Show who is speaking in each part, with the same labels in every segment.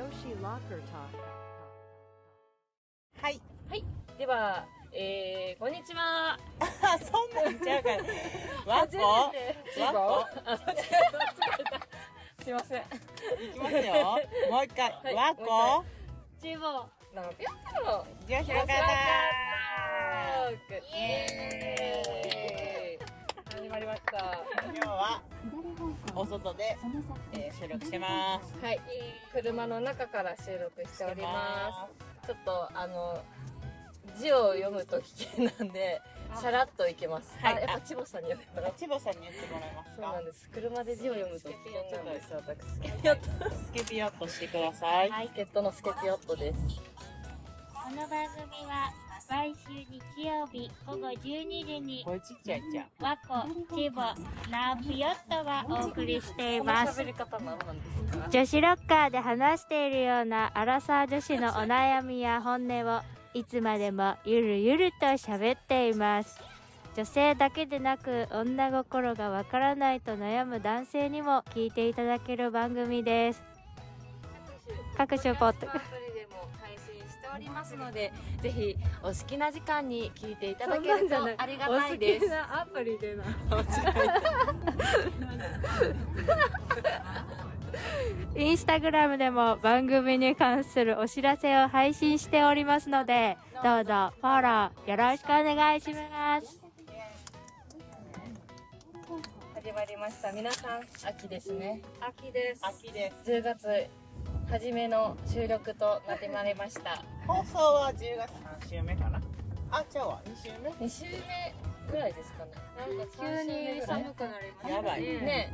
Speaker 1: Soccer Talk.
Speaker 2: はい。
Speaker 3: では、えー、こんにちは。
Speaker 2: あ、そんなんちゃうから。ワッ
Speaker 3: 初
Speaker 2: コ
Speaker 3: めて
Speaker 2: ワッ
Speaker 3: あ、間違えた。すいません。
Speaker 2: コいきますよ。もう一回。
Speaker 3: はい
Speaker 2: ワッ
Speaker 3: も
Speaker 2: コ
Speaker 3: チーボー。なのぴょんぴょん。
Speaker 2: 女子の方
Speaker 3: イエーイ。始まりました。は
Speaker 2: 今日は、お外で、えー収録してます。
Speaker 3: い。車の中から収録しております。ちょっと、あの、字を読むと危険なんで、シャラっといけます。
Speaker 2: は
Speaker 3: はいい。やっぱチボさんにやってもらう。
Speaker 2: 千葉さんに言ってもらえます
Speaker 3: そうな
Speaker 2: か
Speaker 3: んです。車で字を読むと危険なんですよ、私。
Speaker 2: スケピオットしてください。
Speaker 3: はい、ケットのスケピオットです。
Speaker 4: この番組は毎週日曜日午後12時に
Speaker 2: これちっちゃいじゃん。
Speaker 4: 和子、チボ、ナーピヨットがお送りしています
Speaker 3: この喋。り方なんなんですか。
Speaker 4: 女子ロッカーで話しているようなアラサー女子のお悩みや本音をいつまでもゆるゆると喋っています。女性だけでなく女心がわからないと悩む男性にも聞いていただける番組です。各種ポッド
Speaker 3: アプリでも配信しておりますので、ぜひお好きな時間に聞いていただけるとありがたいです。
Speaker 5: なアプリでな。
Speaker 4: インスタグラムでも番組に関するお知らせを配信しておりますので、どうぞフォローよろしくお願いします。
Speaker 3: 始まりました。皆さん、秋ですね。
Speaker 5: 秋です。
Speaker 2: 秋です。
Speaker 3: 10月初めの収録となってまいりました。
Speaker 2: 放送は10月3週目かな。あ、今日は2週目
Speaker 3: 2週目ぐらいですかね。なんか
Speaker 5: 急に寒
Speaker 3: く
Speaker 5: くなりましたね。
Speaker 2: やばい
Speaker 3: ね、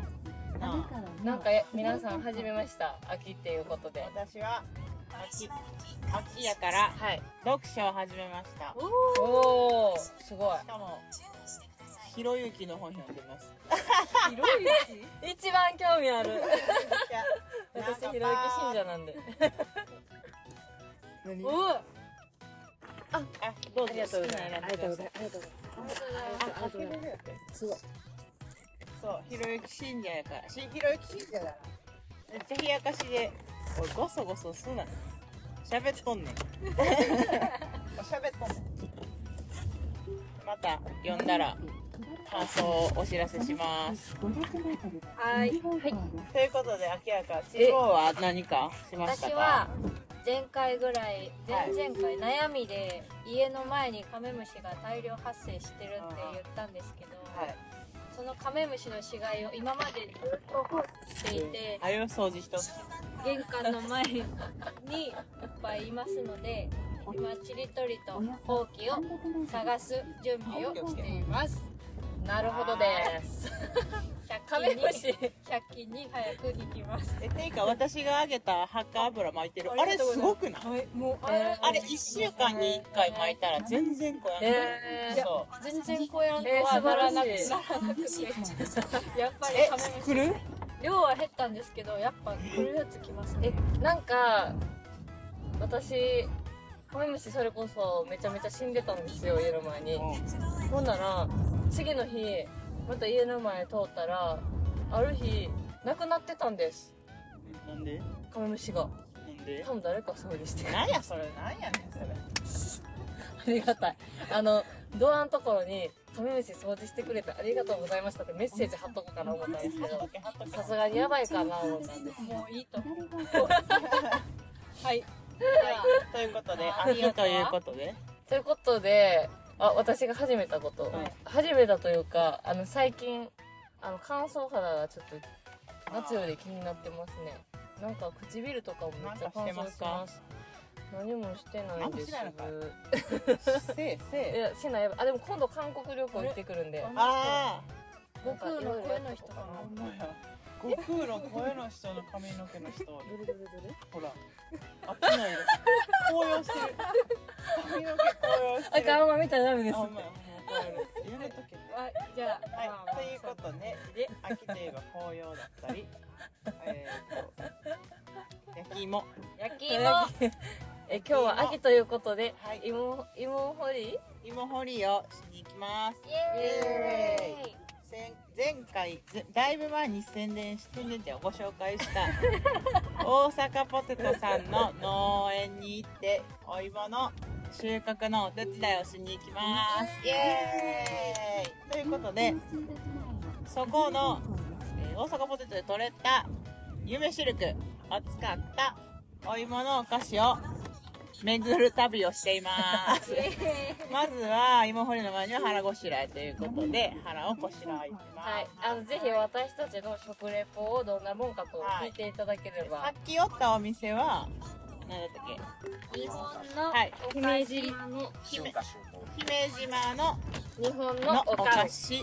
Speaker 2: なあ
Speaker 3: なんか皆さん始めました。秋っていうことで。
Speaker 2: 私は、秋、秋やから、
Speaker 3: はい。
Speaker 2: 読書を始めました。
Speaker 3: おお、すごい
Speaker 2: し。かも、ひろゆきの本読んでます。
Speaker 3: 一番興味ある。
Speaker 2: 私
Speaker 3: 私ひろゆき信者なんで。
Speaker 2: 何
Speaker 3: おお。
Speaker 2: あ、どうぞ。ありがとうございます。そう、ひろゆき信者やから。し、ひろゆき信者だから。めっちゃ冷やかしで、おい、ごそごそすな。喋っと んねん。喋っとんねん。また、呼んだら、感想をお知らせします。
Speaker 3: はい。はい。
Speaker 2: ということで、秋やから、地方は何かしました
Speaker 3: 私
Speaker 2: か
Speaker 3: は、前回ぐらい、
Speaker 2: は
Speaker 3: 前
Speaker 2: い
Speaker 3: 々回、悩みで、家の前にカメムシが大量発生してるって言ったんですけど、
Speaker 2: はい。
Speaker 3: そのカメムシの死骸を今までずっと放置していて、
Speaker 2: あゆ掃除しとく。
Speaker 3: 玄関の前にいっぱいいますので、今、ちりとりとほうきを探す準備をしています。なるほどです。カメムシ、100均に早く行きます。
Speaker 2: え、ていうか、私があげたハッカ油巻いてる。あれ、すごくない
Speaker 3: はい、もう、
Speaker 2: えーあれ1週間に1回巻いたら全然こうやん
Speaker 3: えー
Speaker 2: そう
Speaker 3: 全然こうやるの
Speaker 5: えー
Speaker 3: は
Speaker 5: 素
Speaker 3: な
Speaker 5: 晴
Speaker 3: ら
Speaker 5: ら
Speaker 3: なく
Speaker 5: しい
Speaker 3: ならなくてやっぱりカメム
Speaker 2: え来る
Speaker 3: シ量は減ったんですけどやっぱ来るやつ来ますねえなんか私カメムシそれこそめちゃめちゃ死んでたんですよ家の前にほんなら次の日また家の前通ったらある日なくなってたんです
Speaker 2: なんで
Speaker 3: カメムシが
Speaker 2: なんで
Speaker 3: 多分誰か掃除して
Speaker 2: なんやそれなんやねんそれ
Speaker 3: ありがたい。あの、ドアのところに、カメムシ掃除してくれてありがとうございましたってメッセージ貼っとこうかな思ったんですけど、さすがにやばいかな思ったんです。もういいと。はい。
Speaker 2: ということで
Speaker 3: ありが
Speaker 2: 秋と
Speaker 3: とう
Speaker 2: いうことで
Speaker 3: ということで、あ、私が始めたこと。
Speaker 2: はい
Speaker 3: 始めたというか、あの、最近、あの、乾燥肌がちょっと、夏より気になってますね。なんか唇とかもめっちゃ乾燥して
Speaker 2: なん
Speaker 3: ま
Speaker 2: か
Speaker 3: す。何もしてないんで
Speaker 2: 何もしてないの
Speaker 3: す。
Speaker 2: せい
Speaker 3: い
Speaker 2: せい
Speaker 3: や、せなやばい。あ、でも今度韓国旅行行ってくるんで。
Speaker 2: あ
Speaker 3: なんかいろいろやってこう
Speaker 2: あほんまや悟空の声の人の髪の毛の人どれどれどれほら飽きないです紅葉してる髪の毛紅葉して
Speaker 3: あ、
Speaker 2: る
Speaker 3: ガンマみたいな涙
Speaker 2: あ
Speaker 3: です。
Speaker 2: ほんまやほんまや紅葉やめとけ
Speaker 3: あ、じゃあ、まあま
Speaker 2: はい、と
Speaker 3: あ
Speaker 2: いうことで、で秋といえば紅葉だったり、えーと、焼き芋。
Speaker 3: 焼き芋。え、今日は秋ということで、
Speaker 2: はい
Speaker 3: 芋、芋掘り。
Speaker 2: 芋掘りをしに行きます。
Speaker 3: エーイ
Speaker 2: 前前回、ぜだいぶ前に宣伝、宣伝っていうかご紹介した、大阪ポテトさんの農園に行ってお芋の収穫のお手伝いをしに行きますイエーイということでそこの、えー大阪ポテトで採れた夢シルクを使ったお芋のお菓子を巡る旅をしていますまずは芋掘りの前には腹ごしらえということで腹をこしらえてます、
Speaker 5: はい、あのぜひ私たちの食レポをどんなもんかと聞いていただければ、
Speaker 2: さっきおったお店は何だったっけ
Speaker 3: 日本
Speaker 2: はい
Speaker 3: の姫路の
Speaker 2: 姫姫島の
Speaker 5: 日本の
Speaker 2: の
Speaker 5: お
Speaker 2: お
Speaker 5: 菓
Speaker 2: 菓
Speaker 5: 子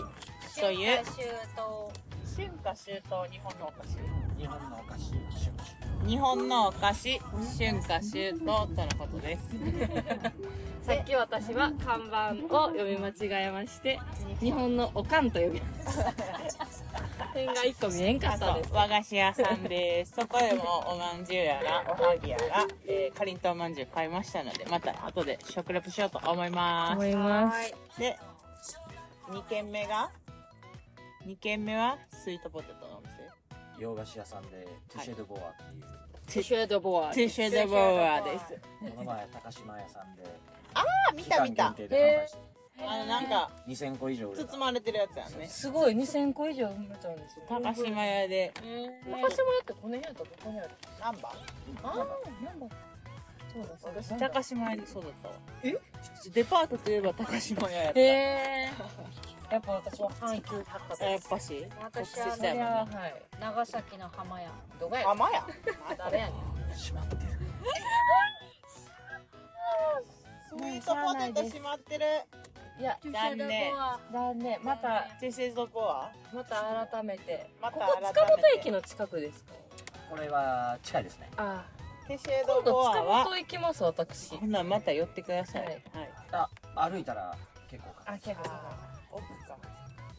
Speaker 2: 子という
Speaker 5: 春夏秋
Speaker 2: 春夏秋冬日本のお菓
Speaker 6: 日本のお菓子春夏
Speaker 2: 子日本のお菓子春夏秋冬とのことです
Speaker 5: 冬さっき私は看板を読み間違えまして日本のおかんと呼びました点が一個見えんか
Speaker 2: あ
Speaker 5: ったで
Speaker 2: と和菓子屋さんですそこでもおまんじゅうやらおはぎやら、えー、かりんとうまんじゅう買いましたのでまた後で食レポしようと思い
Speaker 5: す
Speaker 2: ま
Speaker 5: 思います
Speaker 3: はい
Speaker 2: すで2軒目が2軒目はスイートポテトのお店
Speaker 6: 洋菓子屋さんでトゥシェドボアっていう
Speaker 5: ティッシュドボア
Speaker 2: ティッシュ・デ・ボーアです
Speaker 6: この前高島屋さんで
Speaker 2: あ見た見た
Speaker 6: 期間限定で販売して
Speaker 2: あのなんか
Speaker 6: る2000個以上売れた
Speaker 2: 包まれてるやつやね
Speaker 5: すごい2000個以上埋めちゃうんですよ
Speaker 2: 高島屋で
Speaker 5: 高島屋ってこの辺やったらどこにある
Speaker 2: 何番
Speaker 5: ああなんだそうだそうだそうだ
Speaker 2: 高島屋でそうだったわえデパートといえば高島屋やった、
Speaker 5: へえやっぱ私は阪急百貨店
Speaker 2: やっぱし
Speaker 3: 私
Speaker 2: 告知
Speaker 3: は
Speaker 2: し
Speaker 3: あ
Speaker 2: た
Speaker 3: の
Speaker 2: よね
Speaker 5: はい
Speaker 3: 長崎の浜屋
Speaker 5: どがや
Speaker 2: 甘や
Speaker 5: 誰やねん
Speaker 6: 閉まってる
Speaker 2: スイートポテト閉まってる
Speaker 5: いや
Speaker 2: 残念
Speaker 5: 残念また
Speaker 2: チェシェズ・ド・ボア
Speaker 5: また改めて
Speaker 2: また
Speaker 5: ここ塚
Speaker 2: 改め
Speaker 5: 本
Speaker 2: て
Speaker 5: 駅の近くですか
Speaker 6: これは近いですね
Speaker 5: あ
Speaker 2: チェシェ
Speaker 5: あ
Speaker 2: ズ・
Speaker 5: 今
Speaker 2: ド・
Speaker 5: 度
Speaker 2: ボ
Speaker 5: 塚
Speaker 2: アは
Speaker 5: 本行きます私
Speaker 2: ほなまた寄ってください、はい
Speaker 6: あ歩いたら結構かか
Speaker 5: あ
Speaker 6: る
Speaker 5: 結構
Speaker 2: 奥か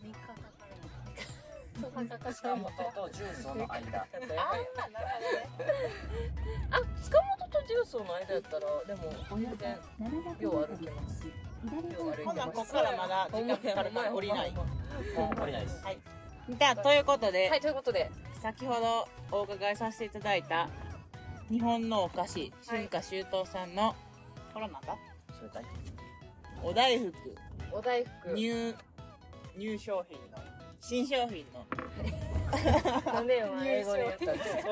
Speaker 3: 3日かかる
Speaker 5: 塚本
Speaker 6: 塚本と重曹の間
Speaker 2: あーなる
Speaker 5: あ塚本と重曹の間やったらでも全然よう歩けますよう歩いてま
Speaker 2: ほ
Speaker 5: す
Speaker 2: なこっからまだ時間かかるから降りない
Speaker 5: は
Speaker 6: もう降りないです
Speaker 2: じゃあということで、
Speaker 5: いということで
Speaker 2: 先ほどお伺いさせていただいた日本のお菓子春夏秋冬さんのコロナだ
Speaker 6: それ大
Speaker 2: お大福
Speaker 5: お大福
Speaker 2: 入入商品の新商品の
Speaker 5: 何で今英語で言ったんですか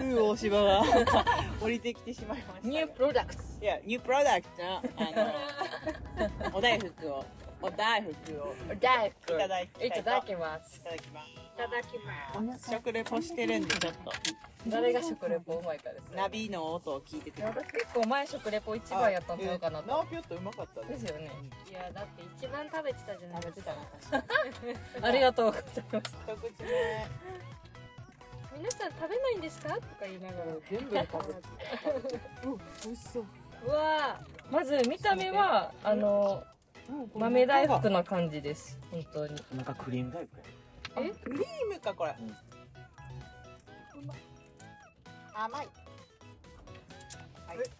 Speaker 2: う大芝が 降りてきてしまいました
Speaker 5: ニュープロダクツ
Speaker 2: いやニュープロダクトの あのお大福をお大福を
Speaker 5: お大福
Speaker 2: いただきたい
Speaker 5: いただきます
Speaker 2: いただきます
Speaker 3: いただきます
Speaker 2: 食レポしてるんでちょっと
Speaker 5: 誰が食レポうまいかですね
Speaker 2: ナビの音を聞いてて
Speaker 5: 私結構前食レポ一番やったんちゃうかなと
Speaker 2: ナーピョットうまかった
Speaker 5: ですよね
Speaker 3: いやだって一番食べてたじゃないですか
Speaker 5: ありがとうございます
Speaker 2: 一口目
Speaker 3: 皆さん食べないんですかとか言いながら
Speaker 2: 全部食べて美味しそう
Speaker 3: うわー
Speaker 5: まず見た目はあの豆大福の感じです本当に
Speaker 6: なんかクリーム大福や
Speaker 2: クリームかこれ、
Speaker 6: うん
Speaker 2: うまい甘い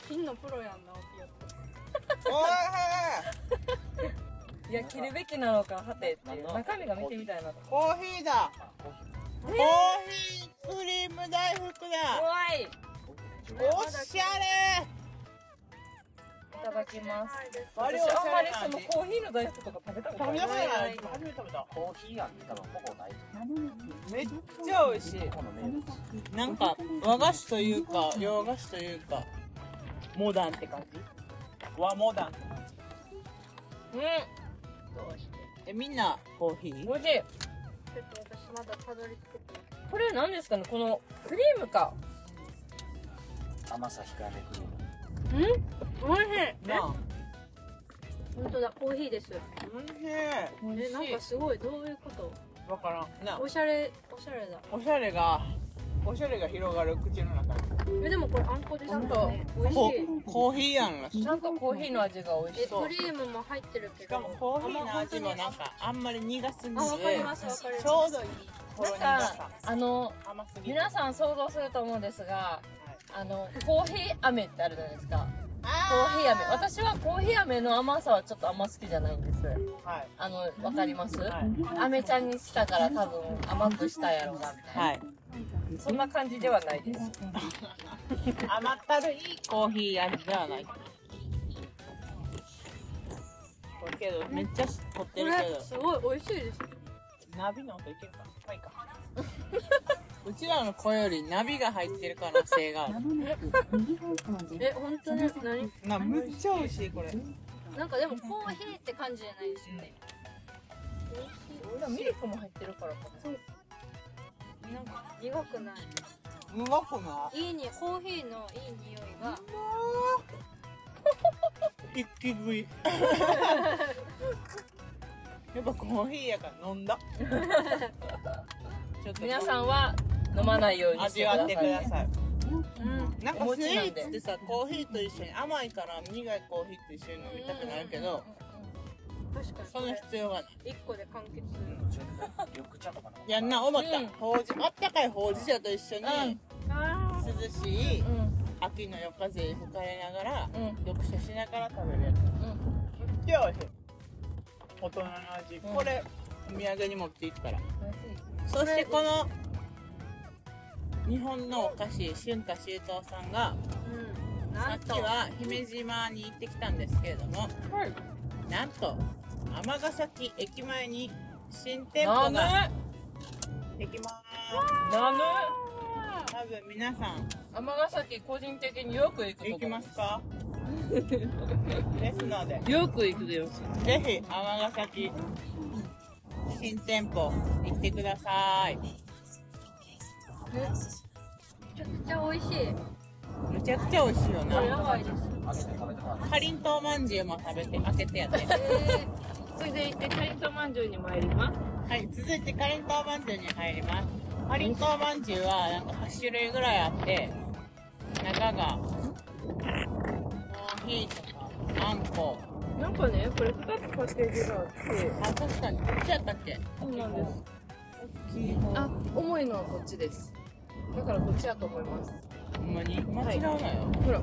Speaker 3: 金のプロやんなオピオッ
Speaker 2: お
Speaker 5: いや切るべきなのかはてっていう
Speaker 6: な
Speaker 5: 中身が見てみたいなと
Speaker 2: いしいコーヒーだ
Speaker 6: あコーヒ
Speaker 2: コーヒークリーム大福だ
Speaker 5: 怖い
Speaker 6: ー
Speaker 2: おしゃれ
Speaker 3: ト
Speaker 5: いただきます
Speaker 2: あれ
Speaker 5: 私
Speaker 2: おし
Speaker 5: あんま
Speaker 2: ゃれ
Speaker 5: りそ
Speaker 2: 感
Speaker 5: の
Speaker 2: じ
Speaker 5: コーヒーの大福とか食べたことない
Speaker 3: べた
Speaker 2: い初めて食べた
Speaker 6: コーヒー味多分ほぼないと
Speaker 2: めっちゃ美味し
Speaker 6: 思うこの名物
Speaker 2: いなんか和菓子というか洋菓子というかモダンって感じ和モダン
Speaker 5: う
Speaker 2: えみんなコーヒー
Speaker 5: んおいしい
Speaker 3: ちょっと私まだたどり着けてない
Speaker 5: これ何ですかねこのクリームか
Speaker 6: 甘さ控えめクリーム
Speaker 3: おいしい
Speaker 2: なあ
Speaker 3: 本当だコーヒーです
Speaker 2: おいしい
Speaker 5: おい
Speaker 3: えなんかすごいどういうこと
Speaker 2: わからんなあ
Speaker 3: おしゃれおしゃれだ
Speaker 2: おしゃれがおしゃれが広がる口の中に
Speaker 3: えでもこれあんこですよ
Speaker 5: なんか
Speaker 3: ね美味し
Speaker 2: コ
Speaker 3: い
Speaker 2: コーヒーやんらしい
Speaker 5: なんかコーヒーの味が美味し
Speaker 3: え
Speaker 5: い
Speaker 2: そう
Speaker 3: クリームも入ってるけ
Speaker 2: し
Speaker 3: ど
Speaker 2: かもコーヒーの味もなんかあんまり苦すぎず
Speaker 3: あわかりますわかります
Speaker 2: ちょうどいいほろ苦
Speaker 5: なん
Speaker 2: さ
Speaker 5: かあの
Speaker 2: 甘すぎず
Speaker 5: 皆さん想像すると思うんですが
Speaker 2: はい
Speaker 5: あのコーヒー飴ってあるじゃないですかコーヒー飴私はコーヒー飴の甘さはちょっとあんま好きじゃないんです
Speaker 2: はい
Speaker 5: あのわかります、
Speaker 2: はい
Speaker 5: 飴ちゃんにしたから多分甘くしたやろうなみたいな、
Speaker 2: はい
Speaker 5: そんな感じではないです。
Speaker 2: 甘ったるいコーヒー味ではない。これけど、めっちゃ凝って
Speaker 3: こ
Speaker 2: る
Speaker 3: れ
Speaker 2: けど、
Speaker 3: すごい美味しいです
Speaker 2: ナビの音いけるかまあいいか。うちらの声よりナビが入ってる可能性がある。
Speaker 3: え本当に何
Speaker 2: な、むっちゃ美味しい、これ。
Speaker 3: なんかでもコーヒーって感じじゃないですよね
Speaker 5: ミルクも入ってるからか
Speaker 3: なんか苦くな
Speaker 2: うまくない
Speaker 3: いいにコーヒーのいい匂いが
Speaker 2: 一気食いやっぱコーヒーやから飲んだちょっと
Speaker 5: 皆さんは飲まないようにして
Speaker 2: 味
Speaker 5: くだ
Speaker 2: わ
Speaker 5: さい、ね。
Speaker 2: ってください
Speaker 3: うん
Speaker 2: なんか
Speaker 5: お
Speaker 2: ス
Speaker 5: 餅
Speaker 2: イ
Speaker 5: なん
Speaker 2: ー
Speaker 5: で
Speaker 2: ツってさコーヒーと一緒に甘いから苦いコーヒーと一緒に飲みたくなるけど
Speaker 3: 確かに
Speaker 2: その必要がない
Speaker 3: 一個で完結
Speaker 6: ちょっと緑茶とか
Speaker 2: やんな思った、
Speaker 5: うん
Speaker 2: ほうじあったかいほうじ茶と一緒に、
Speaker 5: うん
Speaker 3: あ
Speaker 2: 涼しい
Speaker 5: うん
Speaker 2: 秋の夜風吹かれながら
Speaker 5: うん
Speaker 2: 読書しながら食べるやつ
Speaker 5: うん
Speaker 2: いや美味しい大人の味、
Speaker 5: うん
Speaker 2: これお土産に持っていったらそしてこの日本のお菓子春夏秋冬さんが
Speaker 3: うんな
Speaker 2: さ
Speaker 3: ん
Speaker 2: っき
Speaker 3: と
Speaker 2: は姫島に行ってきたんですけれどもなんと尼崎駅前に新店舗が
Speaker 5: な
Speaker 2: できま
Speaker 5: むなむ
Speaker 2: す多分皆さん
Speaker 5: 尼崎個人的によく行くとこ
Speaker 2: 行きます かですので
Speaker 5: よく行くよ
Speaker 2: ぜひ尼崎新店舗行ってください
Speaker 3: めちゃくちゃ美味しい
Speaker 2: めちゃくちゃ美味しいよ
Speaker 3: これ
Speaker 2: な
Speaker 3: やばいです
Speaker 6: あげて食べてもらって
Speaker 2: かりんとうまんじゅうも食べて開けてやって
Speaker 3: え
Speaker 5: 続いてカリントまんじゅうに参ります
Speaker 2: はい、続いてかりんとうまんじゅうに入ります。かりんとうまんじゅうはなんか8種類ぐらいあって、中がコーヒーとかあんこ。
Speaker 5: なんかねこれ2つパッケージがあって
Speaker 2: あ、確かに、どっちやったっけ
Speaker 5: そうなんですあ重いのはこっちですだからこっちやと思います
Speaker 2: ほんまに間違うなよ。
Speaker 5: ほら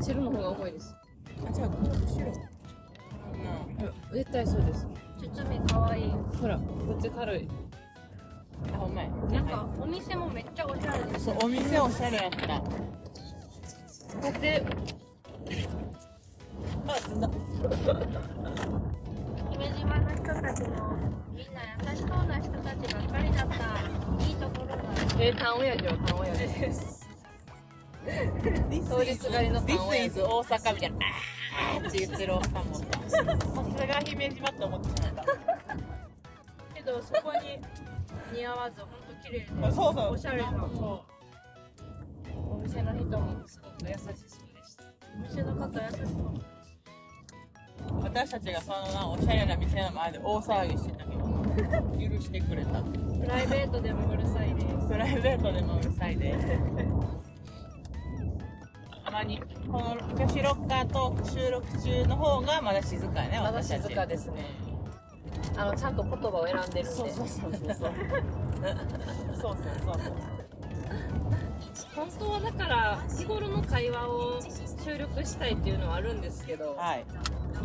Speaker 5: チルの方が重いです
Speaker 2: あ、じゃあ、こっちろ。
Speaker 5: 絶対そうです
Speaker 3: ー、包み可愛い
Speaker 5: ほらこっち軽い
Speaker 2: なあ、ほんまや。
Speaker 3: なんかお店もめっちゃおしゃれです
Speaker 2: そう、お店おしゃれやった。
Speaker 5: で
Speaker 3: 姫島の人たちもみんな優しそうな人たちばっかりだったいいところだ
Speaker 5: えー、タンオヤジはタンオヤジ通りすがりのタ
Speaker 2: This
Speaker 5: ンオヤ
Speaker 2: is
Speaker 5: ジ
Speaker 2: 大阪みたいな、あーって言ってるおっさんもおった。さすが姫島って思ってしまった。
Speaker 3: けどそこに似合わず本当綺麗で
Speaker 2: そうそう
Speaker 3: おしゃれな
Speaker 2: そ
Speaker 5: お店の人もすごく優しそうでした
Speaker 3: お店の方優しそう
Speaker 2: う私たちがそのなおしゃれな店の前で大騒ぎしてたけど許してくれた
Speaker 3: プライベートでもうるさいです
Speaker 2: プライベートでもうるさいでたまにこの女子ロッカートーク収録中の方がまだ静かやね
Speaker 5: まだ
Speaker 2: 私た
Speaker 5: 静
Speaker 2: ち
Speaker 5: かですねあのちゃんと言葉を選んでるんで
Speaker 2: そうそうそうそうそうそうそうそう
Speaker 5: 本当はだから日頃の会話を収録したいっていうのはあるんですけど、
Speaker 2: はい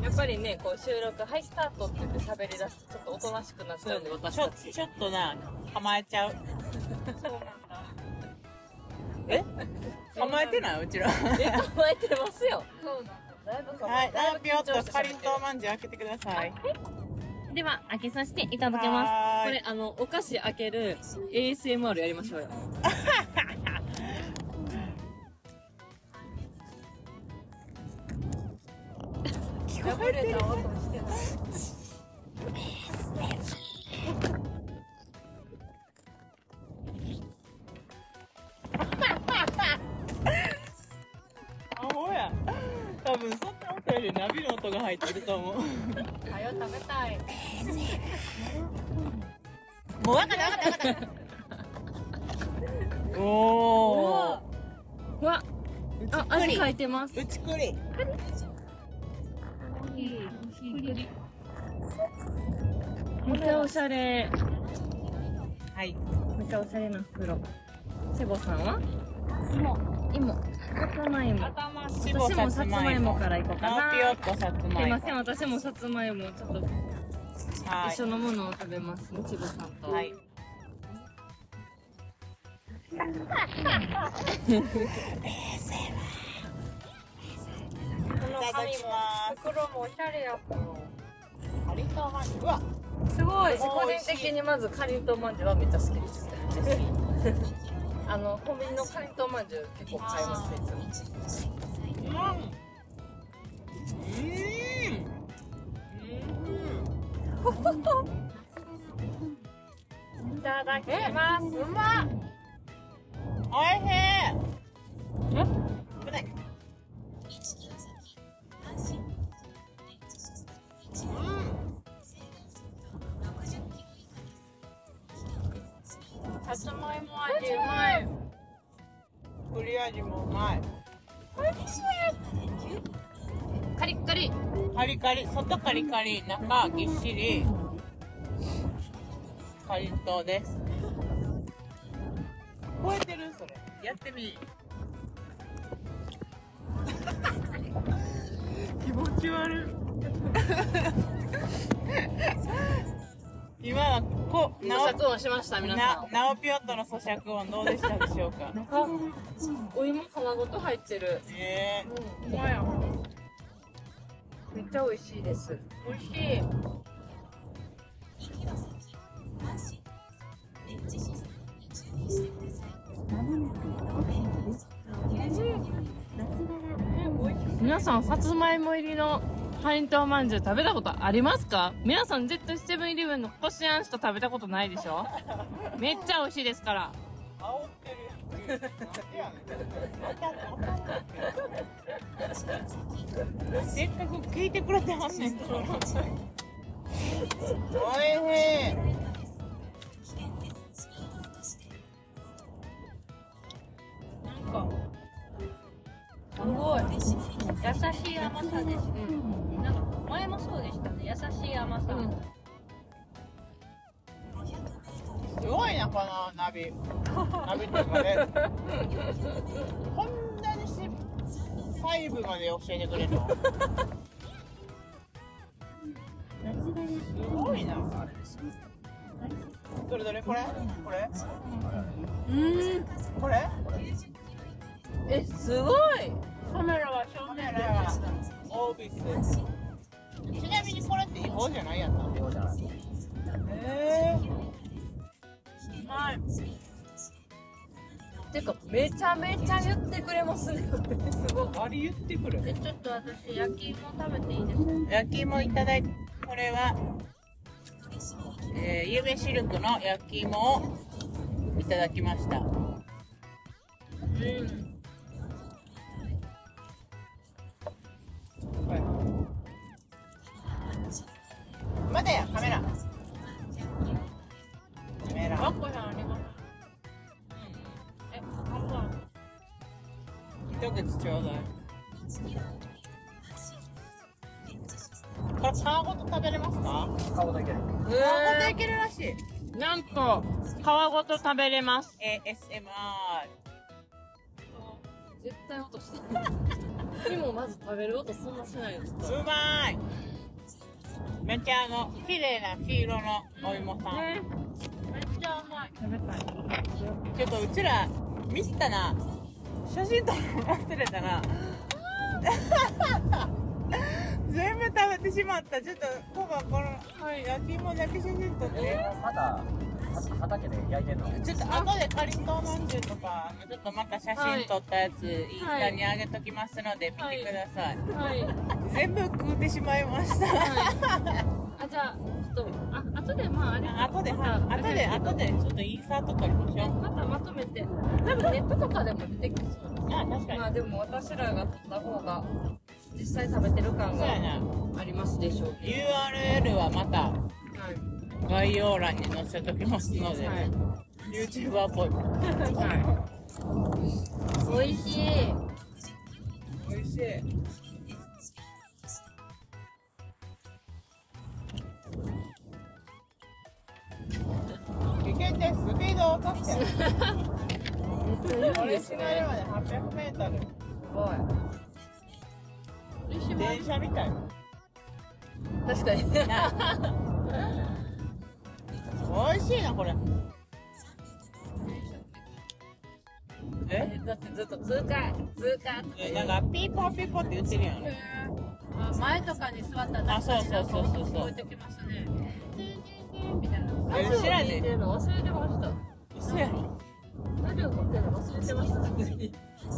Speaker 5: やっぱりねこう収録「はいスタート」って言って喋り出すとちょっとおとなしくなっちゃうんで私
Speaker 2: ちょ
Speaker 5: たち
Speaker 2: ちょっとな構えちゃうえ構えてないうちらは
Speaker 5: え 構えてますよ
Speaker 3: そうな
Speaker 5: だい
Speaker 3: んだ
Speaker 5: ぶ構え
Speaker 2: い
Speaker 5: だいぶ
Speaker 2: 何秒
Speaker 5: 緊
Speaker 2: と
Speaker 5: 張して
Speaker 2: かりんとう
Speaker 5: 喋っ
Speaker 2: まんじゅう開けてください
Speaker 5: てでは開けさせていた
Speaker 2: た
Speaker 5: だきますこれあのお菓子開ける ASMR やりましょう よ
Speaker 3: 破れた音してない
Speaker 2: あほや多分そんな音よりナビの音が入ってると思う
Speaker 3: はよ食べたい
Speaker 2: もう分かった分かった分かったお
Speaker 5: うわ
Speaker 2: ー
Speaker 5: あ味書いてます
Speaker 2: うちくり
Speaker 5: めっちゃおしゃれ
Speaker 2: はい
Speaker 5: めっちゃおしゃれな袋セボさんは芋芋さつまいも
Speaker 2: 頭しぼ
Speaker 5: 私もさつまいも
Speaker 2: ナ
Speaker 5: からいこうかな
Speaker 2: オピオットさつ
Speaker 5: す
Speaker 2: ま
Speaker 5: い
Speaker 2: いも
Speaker 5: ません私もさつまいもちょっと
Speaker 2: はい
Speaker 5: 一緒のものを食べますねちぼさんと、
Speaker 2: はいいただ
Speaker 3: この紙
Speaker 2: き
Speaker 3: も
Speaker 2: ます
Speaker 3: 袋もおしゃれやった
Speaker 2: カリントマンうわ
Speaker 5: すごい
Speaker 2: すご
Speaker 5: 個
Speaker 2: い
Speaker 5: 人
Speaker 2: 美味しい
Speaker 5: 的にまずかりんとうまんじゅうはめっちゃ好きです あのコンビニのかりんとうまんじゅう結構買いますいつも
Speaker 2: うんうん
Speaker 3: いただきますうまっ
Speaker 2: おいしい
Speaker 5: え
Speaker 2: 危ない
Speaker 3: さつまいも味うまい
Speaker 2: 栗味もうまい
Speaker 5: カリッカリ
Speaker 2: カリカリ外カリカリ中ぎっしりかりんとうです超えてるそれやってみ気持ち悪い今はこうな
Speaker 5: 咀嚼音しました皆さ
Speaker 2: なナオピオットの咀嚼音どうでしたでしょうか
Speaker 5: んあお芋皮ごと入ってる
Speaker 2: ねえ
Speaker 3: うまいやん
Speaker 5: めっちゃ美味しいです
Speaker 3: 美味しい
Speaker 5: 皆さんさつまいも入りのかりんとうまんじゅう食べたことありますか皆さん絶対セブンイレブンのこしあんしか食べたことないでし ょめっちゃ美味しいですから
Speaker 2: 煽ってるやんなんでやねんわかんないけどせっかく聞いてくれてはんねんからおいしい
Speaker 3: なんかすごい優しい甘さですね、なんか前もそうでしたね優しい甘さ、
Speaker 2: すごいなこのナビナビっていうかねこんなにし細部まで教えてくれるのすごいなどれどれこれこれ
Speaker 5: うん
Speaker 2: これ
Speaker 5: えすごい
Speaker 3: カメラは正
Speaker 2: カメ
Speaker 3: 面
Speaker 2: ラはオービスちなみにこれって違法じゃないやんな
Speaker 6: 秒じゃない
Speaker 2: え
Speaker 3: うまい
Speaker 5: てかめちゃめちゃ言ってくれますねこれすごい
Speaker 2: ー、あれ言ってくる
Speaker 3: えちょっと私焼き芋食べていいですか
Speaker 2: 焼き芋いただいてこれはえー、ゆめシルクの焼き芋をいただきました
Speaker 3: うん
Speaker 2: まだやカメラカメラ
Speaker 3: あこさんありますえハンバーグ
Speaker 2: 一口ちょうだいこれ皮ごと食べれますか
Speaker 6: 顔だけで
Speaker 2: 皮ごといけるらしい
Speaker 5: なんと皮ごと食べれます
Speaker 2: ASMR
Speaker 5: 絶対音したでもまず食べる音そんなしないです
Speaker 2: うまいめっちゃあの綺麗な黄色のお芋さん、
Speaker 5: ね
Speaker 3: めっちゃ甘い
Speaker 2: ちょっとうちらミスったな写真撮るの忘れたな 全部食べてしまったちょっとパパこの、はい、焼き芋だけ写真撮って
Speaker 6: まだは畑で焼いてんの
Speaker 2: ちょっと後でかりんとうまんじゅうとかあのちょっとまた写真撮ったやつ、インスタに上げときますので見てください、
Speaker 5: はい
Speaker 2: 全部食うてしまいました
Speaker 5: あじゃあちょっとあ後でまああれ
Speaker 2: 後で、はい、後で、後で、ちょっとインサート撮りましょう。
Speaker 5: またまとめて多分ネットとかでも出てきそうです
Speaker 2: あ、確かに
Speaker 5: ま。あでも私らが撮った方が実際食べてる感
Speaker 2: そう
Speaker 5: が
Speaker 2: やな。
Speaker 5: ありますでしょうけ
Speaker 2: URL はまた
Speaker 5: どはい
Speaker 2: 概要欄に載せときますので、
Speaker 5: はい
Speaker 2: YouTuber っぽい。
Speaker 5: はい美味しい
Speaker 2: 美味しい。危険です。スピードを落とし
Speaker 5: い
Speaker 2: て。
Speaker 5: い
Speaker 2: 俺
Speaker 5: で
Speaker 2: し
Speaker 5: す
Speaker 2: ま
Speaker 5: ね
Speaker 2: まで800メートル。
Speaker 5: すごい
Speaker 2: 電車みたい。
Speaker 5: 確かに
Speaker 2: 美味しいなこれ。え
Speaker 5: だってずっと通過通過とか
Speaker 2: えなんかピーポーピーポーって言ってるやん
Speaker 3: あ前とかに座ったら
Speaker 2: あそうそうそうそうそう
Speaker 3: 聞こえてきますねチンチンチンみたいな
Speaker 2: え
Speaker 5: ラジオ
Speaker 2: 知ら
Speaker 5: 聞
Speaker 2: ん
Speaker 5: いて
Speaker 2: で
Speaker 5: るの忘れてました
Speaker 2: 嘘やろ
Speaker 5: ラジオ聞いてるの忘れてました
Speaker 2: 知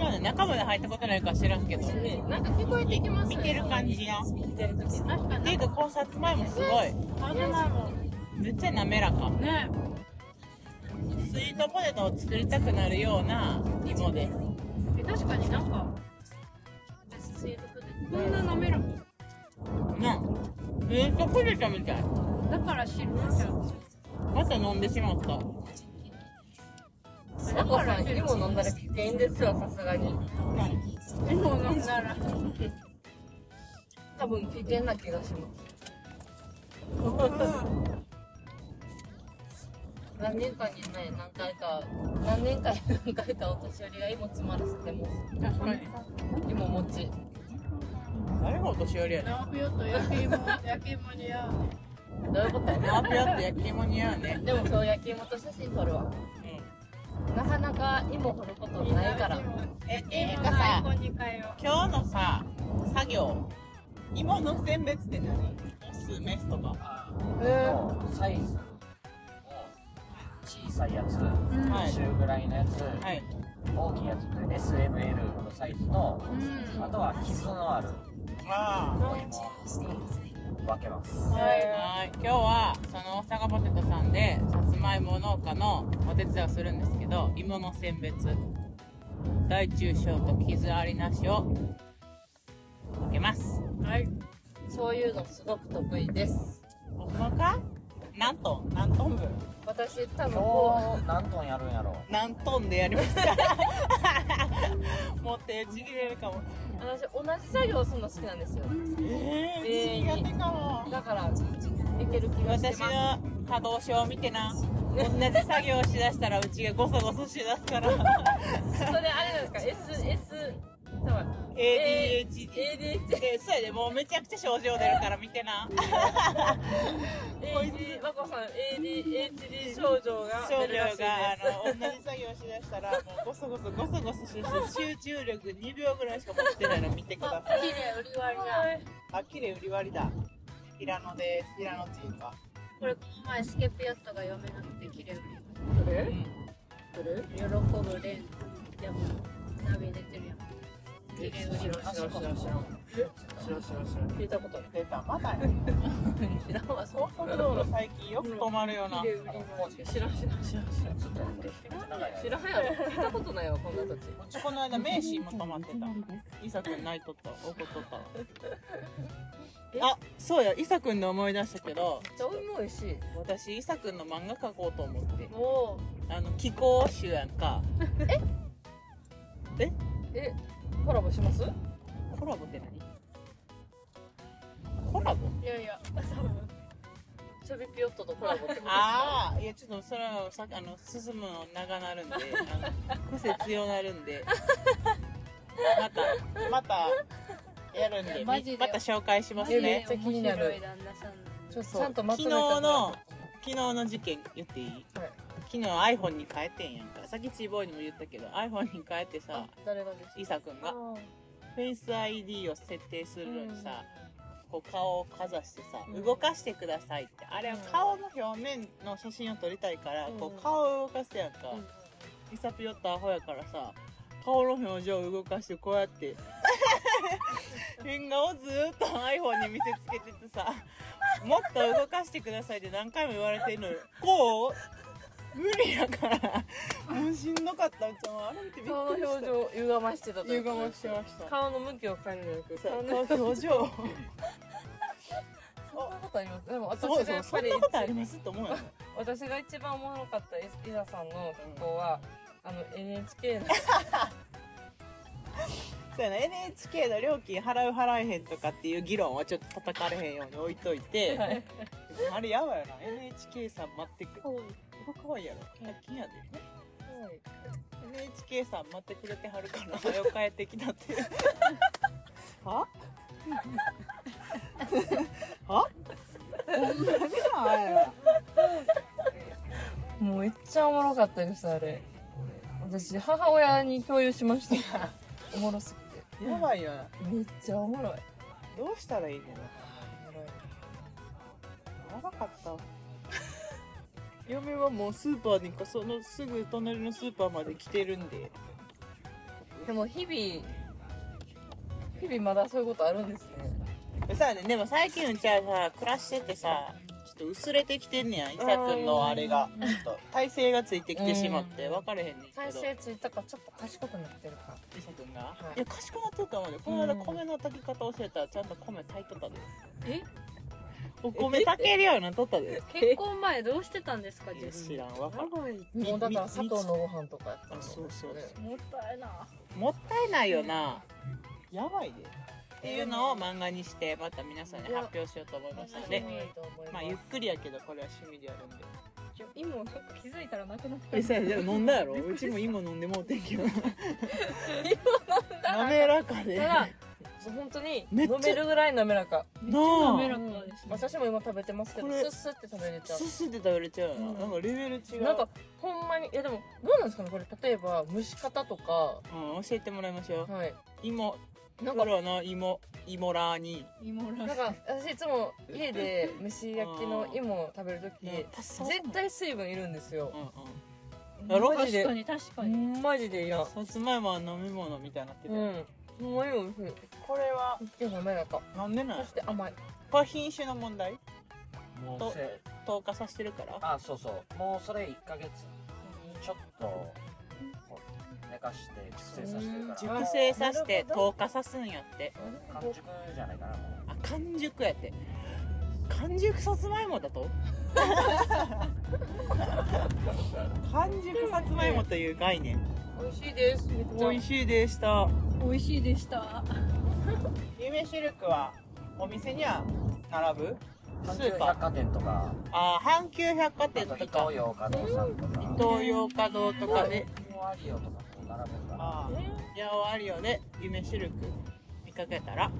Speaker 2: らんで中まで入ったことないから知らんけど
Speaker 5: ねなんか聞こえてきます
Speaker 2: 見てる感じやんっ
Speaker 5: 見てる時
Speaker 3: 確か
Speaker 2: ていうか
Speaker 3: に
Speaker 2: 考察前もすごい
Speaker 3: あの前も
Speaker 2: めっちゃ滑らか
Speaker 3: ね
Speaker 2: スイートポテトを作りたくなるような芋です
Speaker 3: え確かになんかスイートポテトこんな舐める
Speaker 2: なスイートポテトみたい
Speaker 3: だから汁飲んじゃう
Speaker 2: また飲んでしまった
Speaker 5: だから芋飲んだら危険ですわさすがに
Speaker 3: 芋飲んだら
Speaker 5: 多分危険な気がします何年かにね何回か何年かに何回かお年寄りが芋詰まらせても
Speaker 2: 確かに
Speaker 5: 芋持ち
Speaker 2: 誰がお年寄りやねん
Speaker 3: 生冬と焼き芋焼き芋に合うね
Speaker 5: どういうこと
Speaker 2: マーピアって焼き芋似合うね
Speaker 5: でもそう焼き芋と写真撮るわなかなか芋掘ることないから
Speaker 2: え、
Speaker 3: え
Speaker 2: えー、
Speaker 3: えか
Speaker 2: か
Speaker 3: さ
Speaker 2: さ
Speaker 3: 今に変えよ
Speaker 2: 今日のさ作業芋の選別って何オスメスとか
Speaker 6: サイズ小さいやつ、
Speaker 3: ん
Speaker 2: はい
Speaker 6: 中ぐらいのやつ、
Speaker 2: はい
Speaker 6: 大きいやつと SML のサイズと、
Speaker 3: ううん
Speaker 6: あとは傷のある
Speaker 2: あ
Speaker 6: お芋を分けます
Speaker 2: あはい今日はその大阪ポテトさんでさつまいも農家のお手伝いをするんですけど芋の選別大中小と傷ありなしを分けます
Speaker 3: はい
Speaker 5: そういうのすごく得意です
Speaker 2: ほんまか何トン何トン分
Speaker 5: 私多分こ
Speaker 6: 今日何トンやるんやろ
Speaker 2: 何トンでやり ますかもう手ちぎれるかも
Speaker 5: う私同じ作業するの好きなんですよ
Speaker 2: え
Speaker 5: えー
Speaker 2: ー、苦手かも
Speaker 5: だからいける気がして
Speaker 2: 私
Speaker 5: ます
Speaker 2: の可動症を見て な同じ作業をしだしたらうちがゴソゴソしだすから
Speaker 5: それあれなんですか SS 多分
Speaker 2: ADHD
Speaker 5: ADHD
Speaker 2: えそうやでもうめちゃくちゃ症状出るから見てな
Speaker 5: AD 和子さん ADHD 症状が
Speaker 2: 症
Speaker 5: 出
Speaker 2: 状
Speaker 5: るらしいで
Speaker 2: があの同じ作業しだしたらもうゴソゴソゴソゴソして集中力2秒ぐらいしか持ってないの見てく ださい
Speaker 3: 綺麗売り割り
Speaker 5: す
Speaker 3: だ
Speaker 5: はい
Speaker 2: あきれい売り割りだ平野です平野っていうか
Speaker 3: これこの前スケピアットが読めなくて綺麗売り
Speaker 5: それそれ
Speaker 3: 喜ぶレンでもナビ出てるやん
Speaker 5: 知らん知らん知らん知らん知らん知らん知らん聞いたことない
Speaker 2: 出たまだね
Speaker 5: 知らんわそ
Speaker 2: 高速道路最近よく止まるような
Speaker 5: 知らん知らん知らん知らん
Speaker 6: ちょっと待って長い間
Speaker 5: 知らんやろ聞いたことないわこんな土地
Speaker 2: うちこの間名神も泊まってた伊佐くん泣いとった怒っとったわあそうや伊佐くんで思い出したけど
Speaker 5: めっちゃ美味しい
Speaker 2: 私伊佐くんの漫画描こうと思って
Speaker 5: も
Speaker 2: あの気候集やんか
Speaker 5: うえコラボします
Speaker 2: コラボって何コラボ
Speaker 3: いやいや
Speaker 5: ちょびぴよっととコラボってことですか
Speaker 2: ああいやちょっとそれはさあの進むの長なるんであの癖強なるんでまたまたやるんで
Speaker 3: マジで
Speaker 2: また紹介します
Speaker 5: えめ
Speaker 2: ね
Speaker 5: っちゃ気になる
Speaker 3: 面白い旦那さんなん
Speaker 5: ち
Speaker 3: で
Speaker 5: ょちゃんとま
Speaker 2: 昨
Speaker 5: とめ
Speaker 2: 日
Speaker 5: た
Speaker 2: の昨日の事件言っていい、
Speaker 5: はい
Speaker 2: 昨日 iPhone に変えてんやんかさっきちーぼーにも言ったけど iPhone に変えてさ
Speaker 5: 誰がです
Speaker 2: イサ君が
Speaker 5: か
Speaker 2: フェイス ID を設定するのにさ、こう顔をかざしてさ、動かしてくださいってあれは顔の表面の写真を撮りたいから、
Speaker 5: うん
Speaker 2: こう顔を動かすやんか、イサピヨットアホやからさ顔の表情を動かしてこうやって変顔をずーっと iPhone に見せつけててさもっと動かしてくださいって何回も言われてるのよこう無理やからもうしんどかったうちもあれ見てびっ
Speaker 5: 顔
Speaker 2: くり
Speaker 5: の
Speaker 2: した
Speaker 5: 表情を歪ましてたということ
Speaker 2: 歪ましてました
Speaker 5: 顔の向きを変えるんじゃなく
Speaker 2: さ
Speaker 5: 顔の
Speaker 2: 顔の表情を
Speaker 5: そんなことありますでも
Speaker 2: そう
Speaker 5: 私が
Speaker 2: そ
Speaker 5: や
Speaker 2: う
Speaker 5: っ
Speaker 2: そ
Speaker 5: ぱ
Speaker 2: ん
Speaker 5: り
Speaker 2: なことありますと思うよね
Speaker 5: 私が一番おもろかった伊沢さんの学校は、あの NHK の
Speaker 2: そうやな NHK の料金払う払えへんとかっていう議論はちょっと叩かれへんように置いといて、
Speaker 5: はい
Speaker 2: あれやばいよな NHK さん待ってくれかわいいやろ100均やで NHK さん待ってくれてはるから早く帰ってきたってははほんまになあれは
Speaker 5: もうめっちゃおもろかったですあれ私母親に共有しましたおもろすぎて
Speaker 2: やばいよな
Speaker 5: めっちゃおもろい
Speaker 2: どうしたらいいのよ
Speaker 5: おもろい
Speaker 2: やばかったわ 嫁はもうスーパーにかそのすぐ隣のスーパーまで来てるんで
Speaker 5: でも日々日々まだそういうことあるんですね
Speaker 2: さあねでも最近うちはさ暮らしててさちょっと薄れてきてんねや伊佐君のあれがちょっと体勢がついてきてしまって分かれへんねんけど
Speaker 5: 体勢ついたかちょっと賢くなってるか
Speaker 2: 伊佐君が、
Speaker 5: い
Speaker 2: い、や賢くなっとったもんねこの間米の炊き方教えたらちゃんと米炊いとったで
Speaker 3: え
Speaker 2: お米炊けるようになっとったで
Speaker 3: 結婚前どうしてたんですか
Speaker 2: いや
Speaker 3: 自
Speaker 2: 知
Speaker 3: 分
Speaker 2: らんわかるみ
Speaker 5: もうだから佐藤のご飯とかやった
Speaker 2: あ
Speaker 5: の
Speaker 2: そうそうそ
Speaker 3: もったいな
Speaker 2: もったいないよなやばいでっていうのを漫画にしてまた皆さんに発表しようと思いましたので
Speaker 5: 面白いと思い
Speaker 2: まあ
Speaker 5: す
Speaker 2: ゆっくりやけどこれは趣味でやるんで
Speaker 3: 今なんか気づいたらなくなって
Speaker 2: え
Speaker 3: る
Speaker 2: さやでも飲んだ やろうちも今飲んでもうてんけど今飲んだ滑らかで
Speaker 5: ただそう本当に
Speaker 2: めっ
Speaker 5: 飲
Speaker 2: ちゃ
Speaker 5: めるぐらい滑らか
Speaker 2: な
Speaker 3: 滑ら
Speaker 2: あ
Speaker 3: かですね
Speaker 5: 私も今食べてますけど
Speaker 2: これ
Speaker 5: スッスって食べれちゃ
Speaker 2: すすって食べれちゃうよななんかレベル違
Speaker 5: う
Speaker 2: う
Speaker 5: なんかほんまにいやでもどうなんですかねこれ例えば蒸し方とか
Speaker 2: うん、教えてもらいましょう
Speaker 5: はい
Speaker 2: 芋
Speaker 5: なん
Speaker 2: こ
Speaker 5: か
Speaker 2: れはな芋芋ラーに
Speaker 3: 芋ら
Speaker 5: なんか私いつも家で蒸し焼きの芋食べるとき
Speaker 2: 絶
Speaker 5: 絶対水分いるんですよ
Speaker 2: うんうんやろ
Speaker 5: マ
Speaker 3: 確
Speaker 5: ジで
Speaker 3: かに確かに
Speaker 5: マジでいらん
Speaker 2: さつまいもは飲み物みたいになって
Speaker 5: う
Speaker 2: て、
Speaker 5: んほんまにおいしい
Speaker 2: これは
Speaker 5: めっちゃ滑らか
Speaker 2: なんでな
Speaker 5: そ
Speaker 2: い
Speaker 5: して甘い
Speaker 2: これ品種の問題
Speaker 6: も
Speaker 2: と
Speaker 6: うせ
Speaker 2: 透過させてるから
Speaker 6: あそうそうもうそれ1ヶ月ちょっとこう寝かして熟成させてるか
Speaker 5: う
Speaker 6: ら
Speaker 5: ん
Speaker 2: 熟成させて
Speaker 5: なる
Speaker 2: 透過さすんやって
Speaker 6: 完熟じゃないかなも
Speaker 2: あ完熟やって完熟さつまいもだ と完熟さつまいもという概念
Speaker 5: 美味しいですめっちゃ
Speaker 2: 美味しいでした
Speaker 3: 美味しいでした
Speaker 2: 夢シルクはお店には並ぶ
Speaker 6: う
Speaker 2: ス
Speaker 6: 阪
Speaker 2: ー
Speaker 6: 急
Speaker 2: パー
Speaker 6: 百貨店とか
Speaker 2: あー阪急百貨
Speaker 6: あ
Speaker 2: 店
Speaker 6: と
Speaker 2: と
Speaker 6: 伊
Speaker 2: か
Speaker 6: 東洋華堂さんとか
Speaker 2: 東洋華堂とかで
Speaker 6: 東洋アリオとかこう並ぶから
Speaker 2: ああヤオアリオで夢シルク見かけたら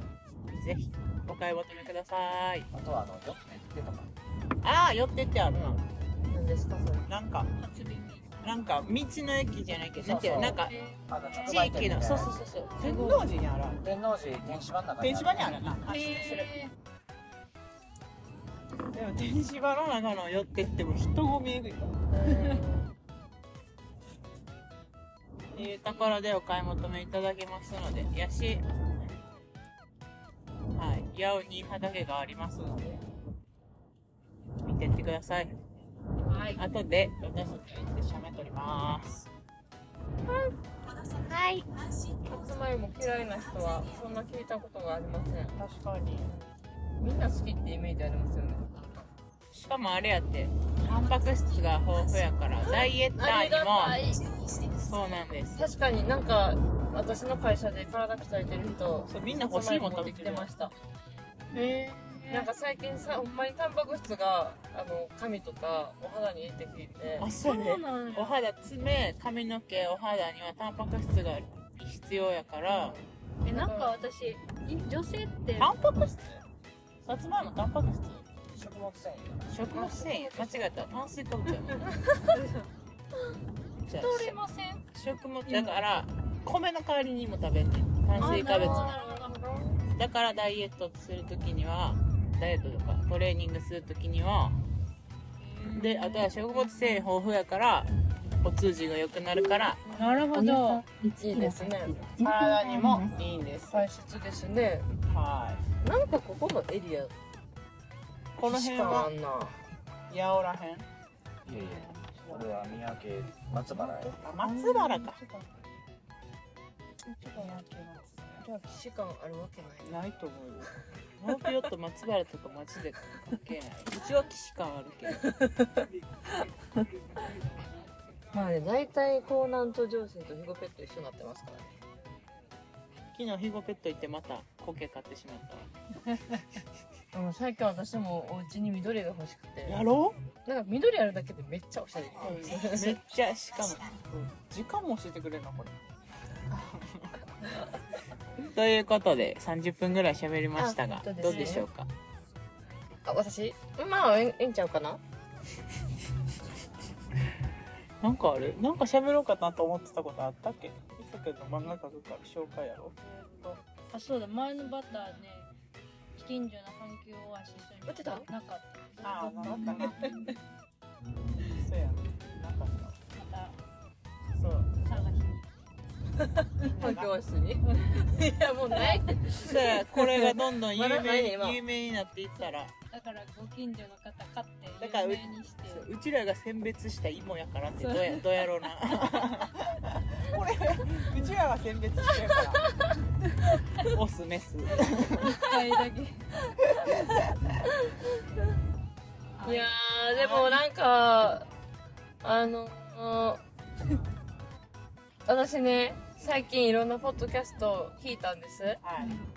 Speaker 2: ぜひお買い求めください
Speaker 6: あとはあの寄ってってとか
Speaker 2: ああ寄ってってあるな
Speaker 5: 何ですかそれ
Speaker 2: なんか
Speaker 3: 初耳
Speaker 2: なんていうのなんか道の駅じゃないけどなんていうの
Speaker 6: そ
Speaker 2: な
Speaker 6: うんそ
Speaker 2: か
Speaker 6: う
Speaker 3: え
Speaker 6: あの直
Speaker 2: 地
Speaker 6: 売
Speaker 2: 域
Speaker 6: 店みたい
Speaker 2: の
Speaker 6: な
Speaker 2: そうそうそうそう天王寺にある
Speaker 6: 天王寺天芝の中
Speaker 2: 天芝にあるな
Speaker 3: ー
Speaker 2: でも天芝の中の寄ってっても人混みえぐいっていうところでお買い求めいただけますのでやしはい八尾に畑がありますので見てってください
Speaker 3: はい
Speaker 2: 後で私たち行って写メ撮ります
Speaker 4: はい
Speaker 5: さつまいも嫌いな人はそんな聞いたことがありません
Speaker 2: 確かに
Speaker 5: みんな好きってイメージありますよね
Speaker 2: しかもあれやってタンパク質が豊富やからダイエッタ
Speaker 3: ありがた
Speaker 2: ーに
Speaker 3: い
Speaker 2: もそうなんです
Speaker 5: 確かになんか私の会社で体鍛えてる人
Speaker 2: そうみんな欲しいもん食べ
Speaker 5: き
Speaker 2: て
Speaker 5: て
Speaker 2: る
Speaker 5: ました
Speaker 3: え
Speaker 5: なんか最近さほんまにタンパク質があの髪とかお肌にいいって聞いて
Speaker 2: あそうね
Speaker 3: なん
Speaker 2: お肌爪髪の毛お肌にはタンパク質が必要やから
Speaker 3: えなんか私い女性って
Speaker 2: タンパク質さつまいもタンパク質
Speaker 6: 食物繊維
Speaker 2: 食物繊維間違えた炭水化物やじゃ
Speaker 3: 太れません
Speaker 2: あ食物だから米の代わりにも食べんねん炭水化
Speaker 3: あなるほど
Speaker 2: 物
Speaker 3: なるほど
Speaker 2: だからダイエットするときにはダイエットとかトレーニングするときにはであとは食物繊維豊富やからお通じが良くなるから
Speaker 3: なるほど
Speaker 5: いいですね
Speaker 2: 体にもいいんです
Speaker 5: 排出ですね
Speaker 2: はい
Speaker 5: なんかここのエリア
Speaker 2: この
Speaker 5: し
Speaker 2: 辺
Speaker 5: かあ
Speaker 2: は
Speaker 5: んな
Speaker 2: 八百らへん
Speaker 6: いやいやこれは三宅松原や
Speaker 2: あ松原か
Speaker 5: じゃあ既視感あるわけない
Speaker 2: ないと思うよノーピヨット松原とかマジで関係ないうちは騎士感あるけど
Speaker 5: まあね大体江南と上線と肥後ペット一緒になってますからね
Speaker 2: 昨日ヒゴペット行ってまたコケ買ってしまった
Speaker 5: うん、最近私もお家に緑が欲しくて
Speaker 2: ろ
Speaker 5: なんか緑あるだけでめっちゃおしゃ れ
Speaker 2: めっちゃしかも時間も教えてくれるのこれ ということで30分ぐらい喋りましたが
Speaker 5: あ本当ですね
Speaker 2: どうでしょうか
Speaker 5: あ私まあええんちゃうかな
Speaker 2: なんかあるなんか喋ろうかなと思ってたことあったっけ伊佐くんの漫画描くから紹介やろ
Speaker 3: あそうだ前のバターね近所の環境オアシスに
Speaker 5: 売ってた
Speaker 3: なかった
Speaker 2: ああなんかな そうやねなかった
Speaker 3: ま
Speaker 2: そう
Speaker 3: た探しに
Speaker 5: 環境室に いやもうないって
Speaker 2: そうやこれがどんどん有
Speaker 5: ま だないね
Speaker 2: 名,、
Speaker 5: 今
Speaker 2: 有名になっていったら
Speaker 3: だからご近所の方買って
Speaker 2: だからう
Speaker 3: 有名にして
Speaker 2: そううちらが選別した芋やからってどうやどうやろうな これうちらが選別してるからオスメス
Speaker 3: 一回だけ
Speaker 5: いやーでもなんかあの 私ね最近いろんなポッドキャスト聞いたんです
Speaker 2: はい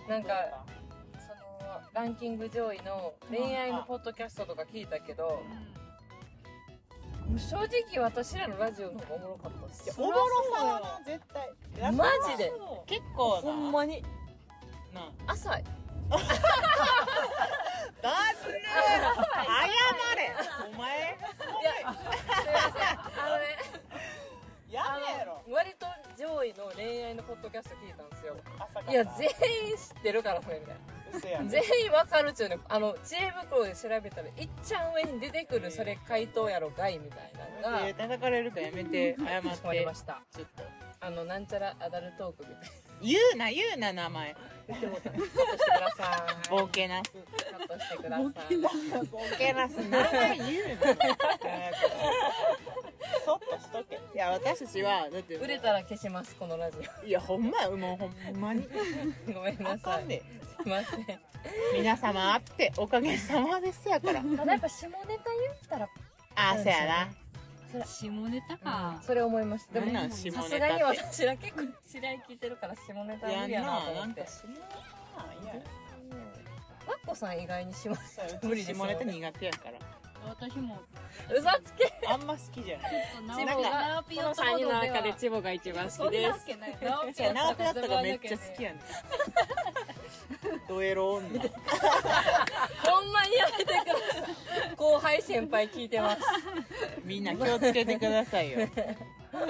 Speaker 5: なんかそのランキング上位の恋愛のポッドキャストとか聞いたけど正直私らのラジオの方がおもろかったっす
Speaker 2: いやおもろさはな絶対
Speaker 5: マジで
Speaker 2: 結構な
Speaker 5: ほんまに
Speaker 2: なあ
Speaker 5: 浅い
Speaker 2: だずる謝れお前
Speaker 5: いやすいませんあのね
Speaker 2: やめろ
Speaker 5: 割と上位の恋愛のポッドキャスト聞いたんですよ
Speaker 2: 朝から
Speaker 5: いや全員知ってるからそれみたい
Speaker 2: 嘘や
Speaker 5: な
Speaker 2: ね
Speaker 5: 全員わかるっちゅうねあの知恵袋で調べたらいっちゃん上に出てくるそれ回答やろがいみたいなのが
Speaker 2: えー叩かれるからやめて謝
Speaker 5: かしこま
Speaker 2: っ
Speaker 5: り
Speaker 2: て
Speaker 5: ました
Speaker 2: ちょっと
Speaker 5: あのなんちゃらアダルトークみたいな
Speaker 2: 言うな言うな名前
Speaker 5: カットしてください
Speaker 2: ボケなす
Speaker 5: カットしてください
Speaker 2: ボケなす名前言うなそっとしとけいや私たちはだって
Speaker 5: 売れたら消しますこのラジ
Speaker 2: いやほんまもうほんまに
Speaker 5: オ ごめんな
Speaker 2: あ
Speaker 5: さ
Speaker 2: か
Speaker 5: い
Speaker 2: んで、
Speaker 5: すいません
Speaker 2: 皆様あっておかげさまですやから
Speaker 5: ただやっぱ下ネタ言ったら
Speaker 2: あーそやな
Speaker 3: 下ネタか
Speaker 5: それ思いましたでも
Speaker 2: 何なん下ネタ
Speaker 5: さ
Speaker 2: って
Speaker 5: すがに私ら結構知り合い聞いてるから下ネタ無理やなと思ってマッコさん意外にします
Speaker 2: 無理でもらた苦手やから
Speaker 3: 私も
Speaker 5: 嘘つけ
Speaker 2: あんま好きじゃない
Speaker 3: ちょっと
Speaker 5: 千
Speaker 3: 直
Speaker 5: 穂が
Speaker 3: 直
Speaker 5: こ
Speaker 3: ピ
Speaker 5: の
Speaker 3: オ
Speaker 5: 3人の中で
Speaker 3: で
Speaker 5: 千穂が一番
Speaker 3: はそ
Speaker 5: 好き
Speaker 3: ん
Speaker 5: で
Speaker 3: なわ
Speaker 5: す
Speaker 3: けない直ピオ
Speaker 2: 長くなったがめっちゃ好きやねんドエロ 女
Speaker 5: ほんまにやめてください後輩先輩聞いてます
Speaker 2: みんな気をつけてくだ さいよ。さあ、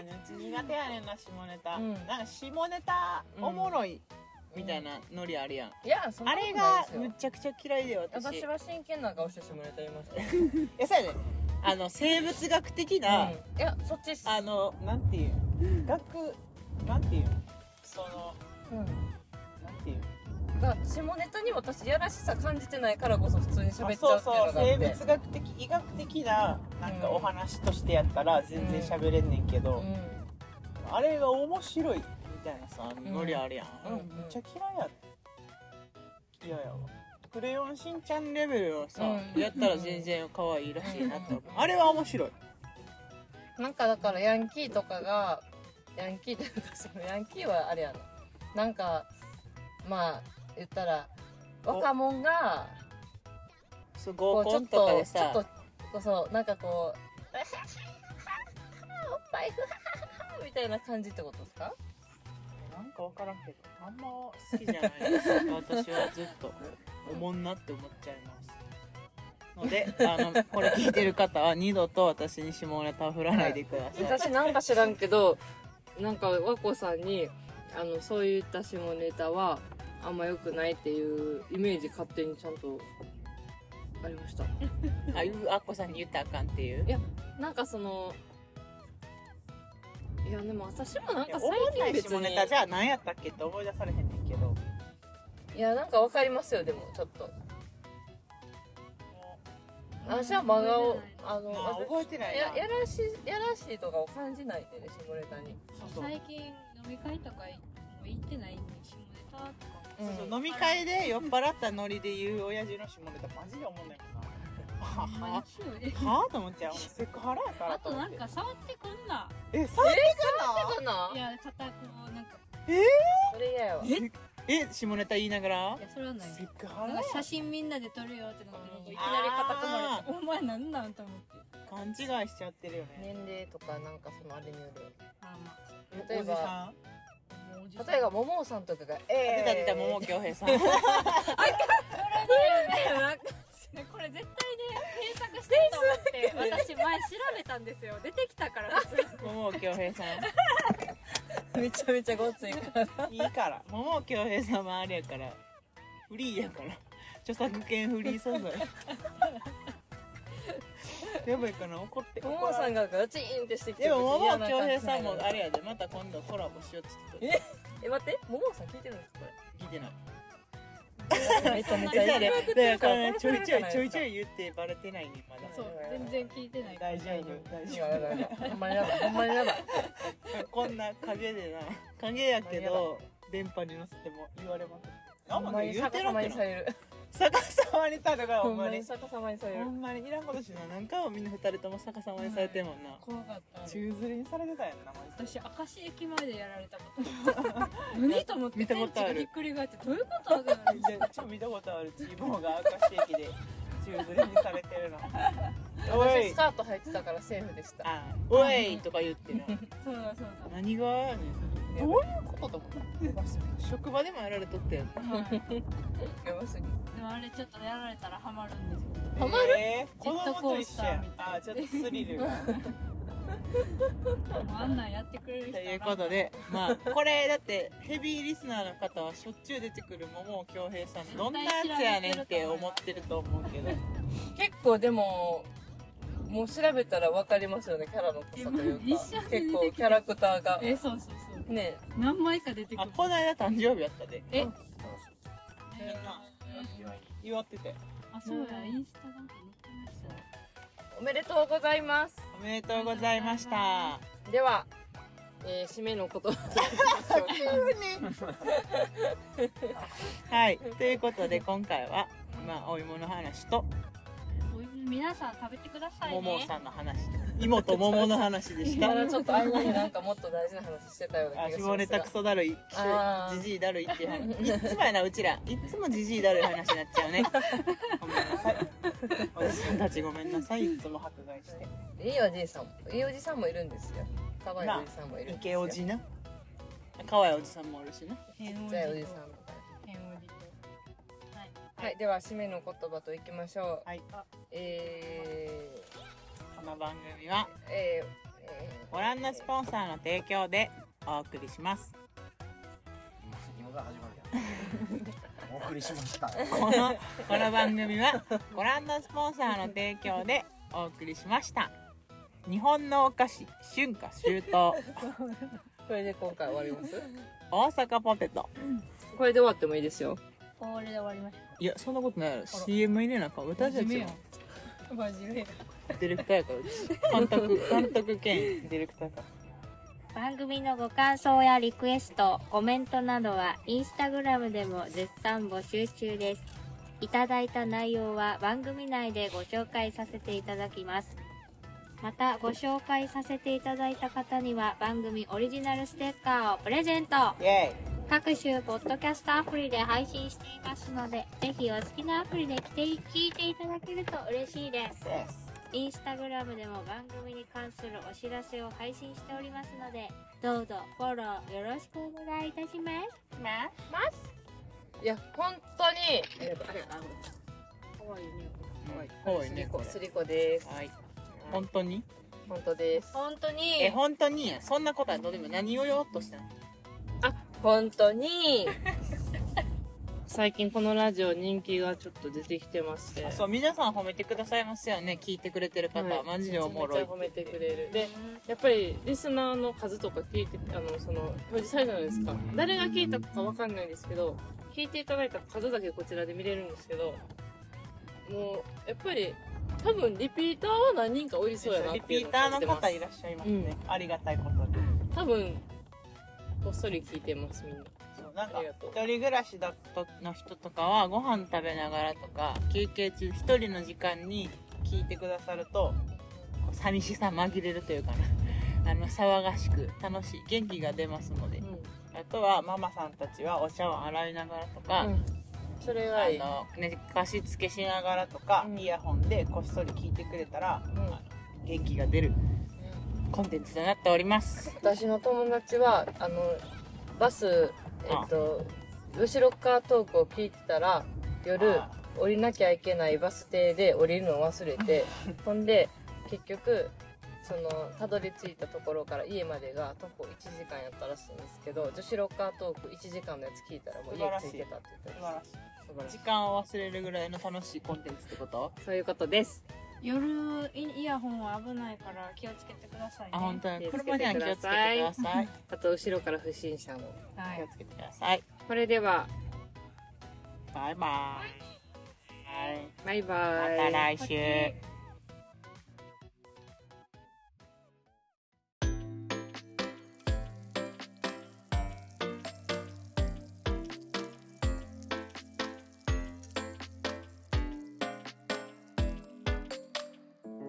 Speaker 2: ね、うち苦手やねんな下ネタ、
Speaker 5: うん
Speaker 2: なんか下ネタおもろいみたいなノリあるやん、
Speaker 5: いやそんな
Speaker 2: あ
Speaker 5: こ
Speaker 2: れ
Speaker 5: とない
Speaker 2: が
Speaker 5: です
Speaker 2: むっ
Speaker 5: よ
Speaker 2: ちゃくちゃ嫌いで私
Speaker 5: 私は真剣な顔して下ネタ言いましたよ
Speaker 2: いやさやねあの生物学的な、
Speaker 5: うんいやそっちっす
Speaker 2: あのなんていうん学なんていうんその
Speaker 5: うん
Speaker 2: なんていうん
Speaker 5: が下ネタに私やらしさ感じてないからこそ普通に喋っちゃ
Speaker 2: そうう
Speaker 5: って
Speaker 2: そ
Speaker 5: いう
Speaker 2: う
Speaker 5: のがあって
Speaker 2: 生物学的医学的ななんか
Speaker 5: うん
Speaker 2: お話としてやったら全然喋れんねんけど、あれが面白いみたいなさ
Speaker 5: ん
Speaker 2: ノリあるやん、
Speaker 5: うん
Speaker 2: めっちゃ嫌いや嫌やわ「クレヨンしんちゃん」レベルをさ、
Speaker 5: うん
Speaker 2: やったら全然可愛いらしいなって思う、
Speaker 5: うん
Speaker 2: あれは面白い
Speaker 5: うん、なんかだからヤンキーとかがヤンキーというかそのヤンキーはあれやななんかまあ言ったら
Speaker 2: お
Speaker 5: 若者が
Speaker 2: そう
Speaker 5: こ
Speaker 2: 合
Speaker 5: うち
Speaker 2: コ
Speaker 5: ょっと
Speaker 2: ンとかで
Speaker 5: ちょっと
Speaker 2: さ
Speaker 5: こうそうなんかこうおっぱいふはははみたいな感じってことですか
Speaker 2: なんか分からんけどあんま好きじゃないです私はずっとおもんなって思っちゃいますのであのこれ聞いてる方は二度と私に下ネタを振らないでください
Speaker 5: 私なんか知らんけどなんか和子さんにあのそういった下ネタはあんま良くないっていうイメージ勝手にちゃんとありました
Speaker 2: あいうあっこさんに言ったらあかんっていう
Speaker 5: なんかそのいやでも私もなん
Speaker 2: いや
Speaker 5: か
Speaker 2: おも
Speaker 5: 最
Speaker 2: んな
Speaker 5: 近
Speaker 2: い
Speaker 5: 別
Speaker 2: 下
Speaker 5: に
Speaker 2: ネタじゃあ何やったっけって思い出されへんねんけど
Speaker 5: いやなんかわかりますよでもちょっと私は真顔あの
Speaker 2: まあ覚えてないな
Speaker 5: ややらしやらしいとかを感じないんでね下ネタに
Speaker 2: そう
Speaker 3: 最近飲み会とか行ってない下ネタとか
Speaker 5: うん
Speaker 2: そうそう飲み会で酔っ払ったノリで言う親父の下ネタマジで思うんだけ どなは
Speaker 3: ほんまに
Speaker 2: は
Speaker 3: そうよね
Speaker 2: はぁと思っちゃうセクハラやから
Speaker 3: あ
Speaker 2: と
Speaker 3: と
Speaker 2: 思
Speaker 3: な
Speaker 2: っ
Speaker 3: ん
Speaker 2: て
Speaker 3: か触ってくんな
Speaker 2: え触ってく
Speaker 5: かない
Speaker 3: や片こうなんか
Speaker 5: それ嫌やわ
Speaker 2: んのえ下ネタ言いながら
Speaker 3: いやそれはない
Speaker 2: セクハラ
Speaker 3: なん
Speaker 2: や
Speaker 3: か写真みんなで撮るよってなってなんかいきなり
Speaker 2: あー
Speaker 3: 固まれてお前なんなんと思って
Speaker 2: 勘違いしちゃってるよね
Speaker 5: 年齢とかなんかそのあれによる
Speaker 3: あーま
Speaker 5: 例え
Speaker 2: おじ
Speaker 5: ば
Speaker 2: さん
Speaker 3: あもうおじさん
Speaker 5: 例えばももさんとかが「
Speaker 2: あ
Speaker 5: えー、
Speaker 2: 出た出た桃京平さん
Speaker 3: ねこれ絶対ね検索してると思って私前調べたんですよ出てきたから普通に
Speaker 2: 桃木恭平さ
Speaker 5: めちゃめちゃごついから
Speaker 2: んいいから桃木恭平さんはあれやからフリーやから著作権フリー素 材やばいかな怒って
Speaker 5: ももさんがガチンってしてきて
Speaker 2: でも桃木恭平さんもあ
Speaker 5: れ
Speaker 2: れやでまた今度コラボしようっつって
Speaker 5: ええ待ってももさん聞いてるんですかこ
Speaker 2: 聞いてない
Speaker 5: れめちゃめ
Speaker 2: だ
Speaker 5: ちゃいいね
Speaker 2: からこれちょいちょいちょいちょい言ってバレてないねまだ
Speaker 3: そう全然聞いてない
Speaker 2: 大丈夫大丈
Speaker 5: やばいやばいやばいほんまにやばいほんまにやばい
Speaker 2: 夫こんな影でな影やけど電波に乗せても言われますあ
Speaker 5: ほ
Speaker 2: ん
Speaker 5: ん
Speaker 2: ま
Speaker 5: ま
Speaker 2: り
Speaker 5: に
Speaker 2: 言う
Speaker 5: 逆
Speaker 2: て
Speaker 5: さ
Speaker 2: ろっ
Speaker 5: ま
Speaker 2: て
Speaker 5: に
Speaker 2: な
Speaker 5: される
Speaker 2: 逆さまにさだから
Speaker 5: ほ
Speaker 2: ほ
Speaker 5: ん
Speaker 2: ん
Speaker 5: ま
Speaker 2: ま
Speaker 5: に
Speaker 2: に
Speaker 5: 逆さまにされる
Speaker 2: ほんまにいらんことしな何回もみんな二人とも逆さまにされてんもんな
Speaker 3: 怖かったあれ
Speaker 2: 宙吊りにされてたやんなマジ
Speaker 3: 私明石駅前でやられたことある 何と思って
Speaker 2: 見たこ
Speaker 3: 天
Speaker 2: と
Speaker 3: 地
Speaker 2: あ
Speaker 3: が
Speaker 2: る
Speaker 3: ひっくり返ってどういうことだろう
Speaker 2: でちょっと見たことあるチーボーが明石駅で宙吊りにされてるなお
Speaker 5: 私
Speaker 2: い
Speaker 5: スカート履いてたからセーフでした
Speaker 2: あおいとか言って な
Speaker 3: そうだそう
Speaker 2: 何がやねん
Speaker 5: や
Speaker 2: どう
Speaker 5: ばい
Speaker 2: いうことと思った職場でもやられとったやん
Speaker 3: だ、はい、で
Speaker 5: やばすぎ
Speaker 3: もあれちょっとやられたらハマるんですよ
Speaker 2: ハマる、えー、子
Speaker 3: ジェットコ
Speaker 2: 供と
Speaker 3: ー
Speaker 2: 一
Speaker 3: ス
Speaker 2: 緒
Speaker 3: ター
Speaker 2: や
Speaker 3: みたいな
Speaker 2: あーちょっとスリルが
Speaker 3: もうあんなんやってくれる人
Speaker 2: と
Speaker 3: は
Speaker 2: いうことでまあこれだってヘビーリスナーの方はしょっちゅう出てくる桃京平さんどんなやつやねんって思ってると思うけど
Speaker 5: 結構でももう調べたら分かりますよねキャラの濃さというか
Speaker 3: え一緒に出て
Speaker 5: 結
Speaker 3: きた
Speaker 5: 構キャラクターが
Speaker 3: えそうそうそう
Speaker 5: ね
Speaker 3: 何枚か出てく
Speaker 2: あ
Speaker 3: る
Speaker 2: この間誕生日やったで
Speaker 3: え
Speaker 2: みんな
Speaker 6: 祝いに
Speaker 2: 祝ってて
Speaker 3: あそうやインスタなんか載ってましたね
Speaker 5: おめでとうございます
Speaker 2: おめでとうございました
Speaker 5: では、えー締めの言葉
Speaker 2: はいということで今回はまあお芋の話と
Speaker 3: おい皆さん食べてくださいね
Speaker 2: 桃さんの話芋と桃の話でした
Speaker 5: まだちょっと合間になんかもっと大事な話してたような
Speaker 2: あ
Speaker 5: 気がし
Speaker 2: 下
Speaker 5: ま
Speaker 2: ネ
Speaker 5: すが
Speaker 2: タクソだるい
Speaker 5: あー
Speaker 2: じじいだるいっていう 話いっつもやなうちらいっつもじじいだるい話になっちゃうねごめんなさいおじさんたちごめんなさいいっつも迫害して
Speaker 5: いいおじいさんもいいおじさんもいるんですよ可愛いおじさんもいるん
Speaker 2: イ
Speaker 5: です
Speaker 2: ケ
Speaker 5: よ
Speaker 2: おじな可愛いおじさんもおるしな
Speaker 3: 変
Speaker 5: ち
Speaker 3: 王
Speaker 5: っ
Speaker 3: 子
Speaker 5: ち
Speaker 3: と
Speaker 5: ゃいおじさんも
Speaker 3: 変王子とはい
Speaker 5: はいでは締めの言葉といきましょう
Speaker 2: はい
Speaker 5: え
Speaker 2: この番組は
Speaker 5: ー、えーえー
Speaker 2: ご覧のスポンサーの提供でお送りします
Speaker 6: 今が始まるやんお送りしました
Speaker 2: この この番組はご覧のスポンサーの提供でお送りしました日本のお菓子春夏秋冬
Speaker 5: これで今回終わります
Speaker 2: 大阪ポテト
Speaker 5: これで終わってもいいですよ
Speaker 3: これで終わりまし
Speaker 2: いやそんなことないやろ CM 入れなあかん
Speaker 3: た
Speaker 2: 私たちも
Speaker 3: ん真面目や
Speaker 2: ディレクターやからうち監督監督兼ディレクターやか
Speaker 4: 番組のご感想やリクエストコメントなどはインスタグラムでも絶賛募集中ですいただいた内容は番組内でご紹介させていただきますまたご紹介させていただいた方には番組オリジナルステッカーをプレゼント
Speaker 2: らイエ
Speaker 4: 各種ポッドキャストアプリで配信していますのでぜひお好きなアプリで来て聞いていただけると嬉しいです
Speaker 2: ーイです
Speaker 4: インスタグラムでも番組に関するお知らせを配信しておりますので、どうぞフォローよろしくお願いいたします。
Speaker 5: いや本当にえーあれあの可愛いね
Speaker 2: 多いねこ
Speaker 5: す
Speaker 2: れ
Speaker 5: りこです
Speaker 2: はい本当に
Speaker 5: 本当です
Speaker 3: 本当
Speaker 2: え
Speaker 3: に
Speaker 2: 本当にやそんなことはどうでも何を言おうとしたの
Speaker 5: あ本当に 最近このラジオ人気がちょっと出てきてまして
Speaker 2: あそう皆さん褒めてくださいますよね聞いてくれてる方、
Speaker 5: はい
Speaker 2: マジでおもろい
Speaker 5: めちゃめちゃ褒めてくれるでやっぱりリスナーの数とか聞いてあのその表示されたじゃないですか誰が聞いたかわかんないんですけど聞いていただいた数だけこちらで見れるんですけどもうやっぱり多分リピーターは何人かおりそうやな
Speaker 2: リ
Speaker 5: って
Speaker 2: ピ
Speaker 5: いう
Speaker 2: ー
Speaker 5: のを感じ
Speaker 2: ターの
Speaker 5: てます
Speaker 2: 方いらっしゃいますね、ありがたいことで
Speaker 5: 多分こっそり聞いてますみんな
Speaker 2: そうな
Speaker 5: あ
Speaker 2: んか
Speaker 5: りがとう
Speaker 2: 一人暮らしだとの人とかはご飯食べながらとか休憩中一人の時間に聞いてくださるとこう寂しさ紛れるというかな あの騒がしく楽しい元気が出ますので、あとはママさんたちはお茶を洗いながらとか、
Speaker 5: うんそれが
Speaker 2: あ
Speaker 5: いい
Speaker 2: のね、貸し付けしながらとか、
Speaker 5: うん
Speaker 2: イヤホンでこっそり聞いてくれたら、元気が出るコンテンツとなっております
Speaker 5: 私の友達はあのバスえっと後ろっ側トークを聞いてたら夜
Speaker 2: あ
Speaker 5: 降りなきゃいけないバス停で降りるのを忘れ てほんで結局そのたどり着いたところから家までが徒歩1時間やったらしいんですけど女子ロッカートーク1時間のやつ聞いたらもう家着いてたって言って
Speaker 2: 素晴
Speaker 5: ま
Speaker 2: らし
Speaker 5: す素晴ら
Speaker 2: い
Speaker 5: しい
Speaker 2: 時間を忘れるぐらいの楽しいコンテンツってこと
Speaker 5: そういうことです
Speaker 3: 夜イヤホンは危ないから気をつけてくださいね
Speaker 2: あ本当に
Speaker 5: 気をつけて
Speaker 2: 車には気をつけてください
Speaker 5: あと後ろから不審者も
Speaker 3: は
Speaker 2: 気
Speaker 3: い
Speaker 2: をつけてください
Speaker 5: これでは
Speaker 2: バイバイはい
Speaker 5: バイバ
Speaker 2: ま
Speaker 5: イ
Speaker 2: た来週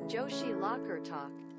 Speaker 7: 女子ロッカートーク